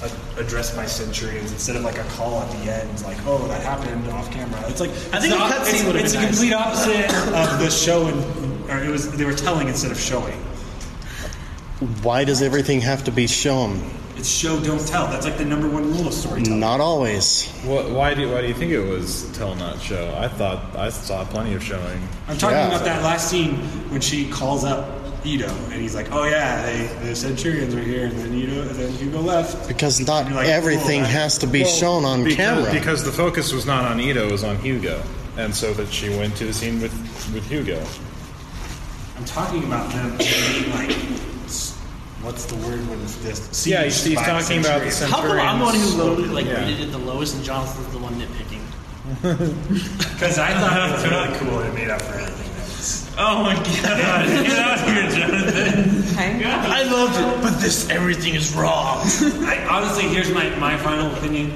Speaker 5: a- addressed by centurions instead of like a call at the end, like oh that happened off camera. It's like
Speaker 2: I think
Speaker 5: it's
Speaker 2: a
Speaker 5: the-
Speaker 2: cutscene
Speaker 5: it's-
Speaker 2: would've
Speaker 5: It's the
Speaker 2: been nice.
Speaker 5: complete opposite of the show, and or it was they were telling instead of showing.
Speaker 1: Why does everything have to be shown?
Speaker 5: It's show don't tell. That's like the number one rule of storytelling.
Speaker 1: Not always.
Speaker 3: Wha- why do why do you think it was tell not show? I thought I saw plenty of showing.
Speaker 5: I'm talking
Speaker 1: Yeah.
Speaker 5: about that last scene when she calls up Ito and he's like, "Oh yeah, they, the Centurions were here," and then Ito, and then Hugo left.
Speaker 1: Because not
Speaker 5: You're like,
Speaker 1: everything
Speaker 5: "Whoa, that-
Speaker 1: has to be
Speaker 3: Well,
Speaker 1: shown on
Speaker 3: because,
Speaker 1: camera.
Speaker 3: because the focus was not on Ito, it was on Hugo, and so that she went to the scene with with Hugo.
Speaker 5: I'm talking about them being like, s- what's the word when it's this?
Speaker 3: Yeah, he's, he's
Speaker 5: by
Speaker 3: talking about the
Speaker 5: Centurions.
Speaker 2: How come I'm the one who loaded, like
Speaker 3: Yeah.
Speaker 2: rated it the lowest, and Jonathan's the one nitpicking?
Speaker 5: Because I thought it was really cool and it made up for everything. else.
Speaker 8: Oh my god! Get out of here, Jonathan.
Speaker 2: I loved it, but this everything is wrong.
Speaker 5: I honestly, here's my, my final opinion.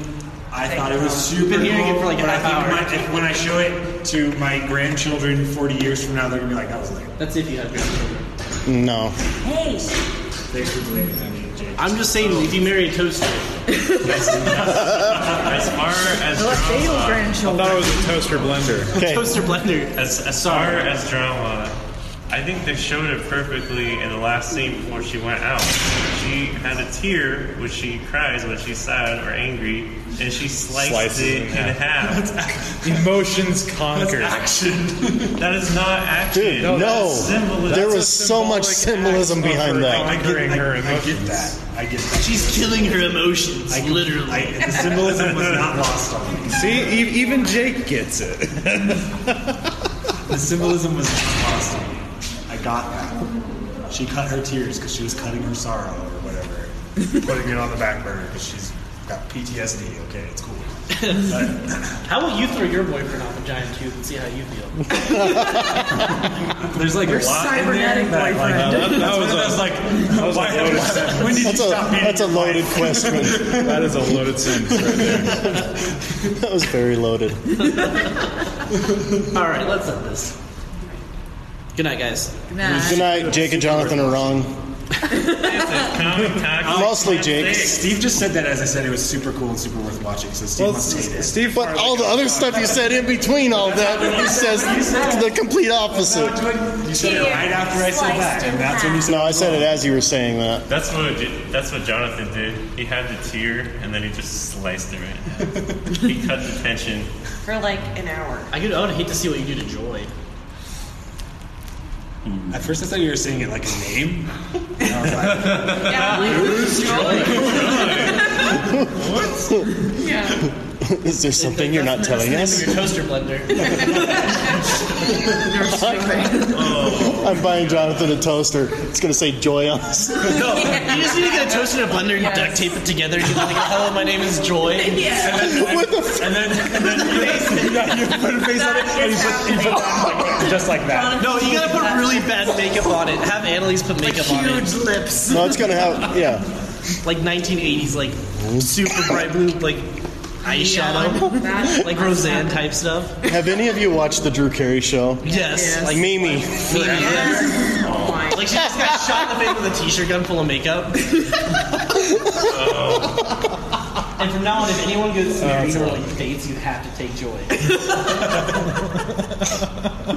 Speaker 5: I thought it was super
Speaker 2: Been hearing
Speaker 5: cool,
Speaker 2: it for like
Speaker 5: but I
Speaker 2: half
Speaker 5: think
Speaker 2: hour.
Speaker 5: my, if, when I show it to my grandchildren 40 years from now, they're gonna be like, "That was lame."
Speaker 2: That's if you have grandchildren.
Speaker 1: no.
Speaker 12: Hey,
Speaker 5: Thanks for believing me, Jake.
Speaker 2: I'm just saying, if you marry a toaster,
Speaker 8: As far as
Speaker 4: Fatal
Speaker 8: drama,
Speaker 3: I
Speaker 4: grandchildren.
Speaker 3: thought it was a toaster blender.
Speaker 1: Okay.
Speaker 2: toaster blender,
Speaker 8: as, as far as drama, I think they showed it perfectly in the last scene before she went out. She had a tear, which she cries when she's sad or angry, and she sliced
Speaker 3: Slices
Speaker 8: it
Speaker 3: it in
Speaker 8: in half.
Speaker 3: Emotions conquered.
Speaker 8: That is not action.
Speaker 1: Dude, no.
Speaker 8: That's symbolism.
Speaker 1: There
Speaker 3: That's
Speaker 1: was
Speaker 3: a
Speaker 1: so much
Speaker 3: symbolic
Speaker 1: symbolism
Speaker 3: act of
Speaker 1: behind
Speaker 3: her
Speaker 1: that.
Speaker 5: I get,
Speaker 3: Conquering her
Speaker 5: I, I
Speaker 3: emotions.
Speaker 5: get that. I get that.
Speaker 2: she's killing her emotions,
Speaker 5: I-
Speaker 2: literally.
Speaker 5: I, the symbolism was not lost on me.
Speaker 3: See, e- even Jake gets it.
Speaker 5: The symbolism was not lost on me. I got that. She cut her tears because she was cutting her sorrow or whatever, putting it on the back burner because she's got PTSD. Okay, it's cool.
Speaker 2: how about you throw your boyfriend off a giant tube and see how you feel?
Speaker 5: There's like a lot in there
Speaker 4: cybernetic
Speaker 5: that, like,
Speaker 4: boyfriend.
Speaker 3: That, that was
Speaker 5: I was
Speaker 3: a,
Speaker 5: like, why, why, when did you
Speaker 1: That's a,
Speaker 5: stop
Speaker 1: that's a
Speaker 5: being-
Speaker 1: loaded question.
Speaker 3: that is a loaded sentence right there.
Speaker 1: That was very loaded.
Speaker 2: All right, let's end this. Good night, guys.
Speaker 4: Nah.
Speaker 1: Good night. Jake and Jonathan are wrong.
Speaker 8: Comic Con-
Speaker 1: Mostly Jake.
Speaker 5: Steve just said that as I said it was super cool and super worth watching, so Steve must hate it.
Speaker 3: Steve,
Speaker 1: But all the other stuff you said in between all that says the complete opposite.
Speaker 5: You said it right after I said that, and that's when you said
Speaker 1: No, I said it as you were saying that.
Speaker 8: That's what it did, that's what Jonathan did. He had the tear and then he just sliced it right. in half. he cut the tension.
Speaker 12: for like an hour.
Speaker 2: I could, I would hate to see what you do to Joy.
Speaker 5: At first, I thought you were saying it like a name.
Speaker 1: Is there something you're not
Speaker 2: That's
Speaker 1: telling
Speaker 2: the- that's the
Speaker 1: us?
Speaker 2: name of Your toaster blender.
Speaker 8: Oh,
Speaker 1: I'm buying Jonathan a toaster. It's going to say joy on it.
Speaker 2: No, you just need to get a toaster and a blender and
Speaker 4: Yes.
Speaker 2: duct tape it together. And you're like, hello, my name is Joy.
Speaker 4: Yeah.
Speaker 1: What the f-
Speaker 5: And then, and then you, you put a face on it, and you put, you put like, just like that.
Speaker 2: No, you gotta put really bad makeup on it. Have Annalise put makeup on it. Huge lips.
Speaker 1: No, it's going to have, yeah.
Speaker 2: Like 1980s, like super bright blue, like eyeshadow. Like Roseanne type stuff.
Speaker 1: Have any of you watched the Drew Carey show?
Speaker 2: Yes.
Speaker 4: Yes.
Speaker 2: Like me.
Speaker 1: Mimi.
Speaker 2: Like she just got shot in the face with a t-shirt gun full of makeup.
Speaker 1: Oh.
Speaker 2: And from now on, if anyone goes to your funeral and dates, you have to take joy.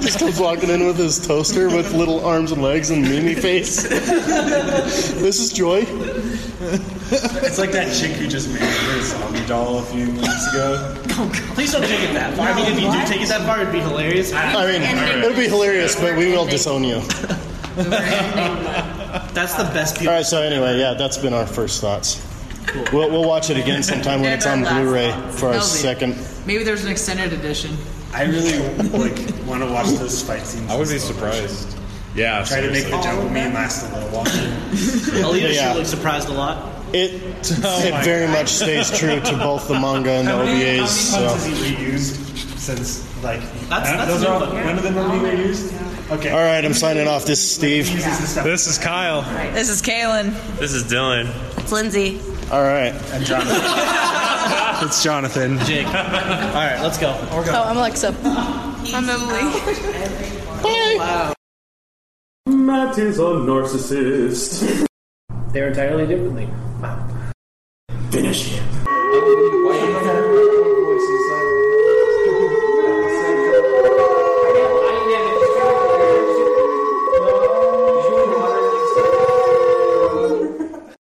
Speaker 1: Just comes walking in with his toaster with little arms and legs and Mimi face. this is joy.
Speaker 5: It's like that chick who just married her zombie doll a few weeks ago.
Speaker 2: Please don't take it that far. I mean, if you do take it that far, it'd be hilarious.
Speaker 1: I mean, it'll be hilarious, but we will disown you.
Speaker 2: That's the best
Speaker 1: All
Speaker 2: people.
Speaker 1: right. So anyway, yeah, that's been our first thoughts. We'll, we'll watch it again sometime when it's on
Speaker 4: And our last
Speaker 1: Blu-ray
Speaker 4: thoughts.
Speaker 1: for our
Speaker 4: That'll be-
Speaker 1: second.
Speaker 4: Maybe there's an extended edition.
Speaker 5: I really like want to watch those fight scenes.
Speaker 3: I would be
Speaker 5: in slow motion.
Speaker 3: surprised. Yeah,
Speaker 5: Try to make the
Speaker 3: seriously.
Speaker 5: jungle meme last a little while.
Speaker 2: Alita
Speaker 1: Yeah.
Speaker 2: sure looks surprised a lot.
Speaker 1: It it very much stays true to both the manga and the
Speaker 5: Oh How many
Speaker 1: OVAs.
Speaker 5: times has
Speaker 1: So.
Speaker 5: he reused since like?
Speaker 2: That's-
Speaker 5: none-
Speaker 2: that's
Speaker 5: uh, those are all,
Speaker 2: new.
Speaker 5: none of them are being reused. Okay.
Speaker 1: All right, I'm signing off. This is
Speaker 5: He
Speaker 1: Steve.
Speaker 5: uses this stuff.
Speaker 3: This is Kyle.
Speaker 12: This is Kaylin.
Speaker 8: This is Dylan.
Speaker 12: It's Lindsay.
Speaker 1: All right.
Speaker 5: And Jonathan. it's Jonathan.
Speaker 2: Jake. All right, let's go.
Speaker 12: Oh, I'm Alexa. I'm Emily.
Speaker 13: Matt is a narcissist.
Speaker 2: They're entirely differently.
Speaker 13: Finish him.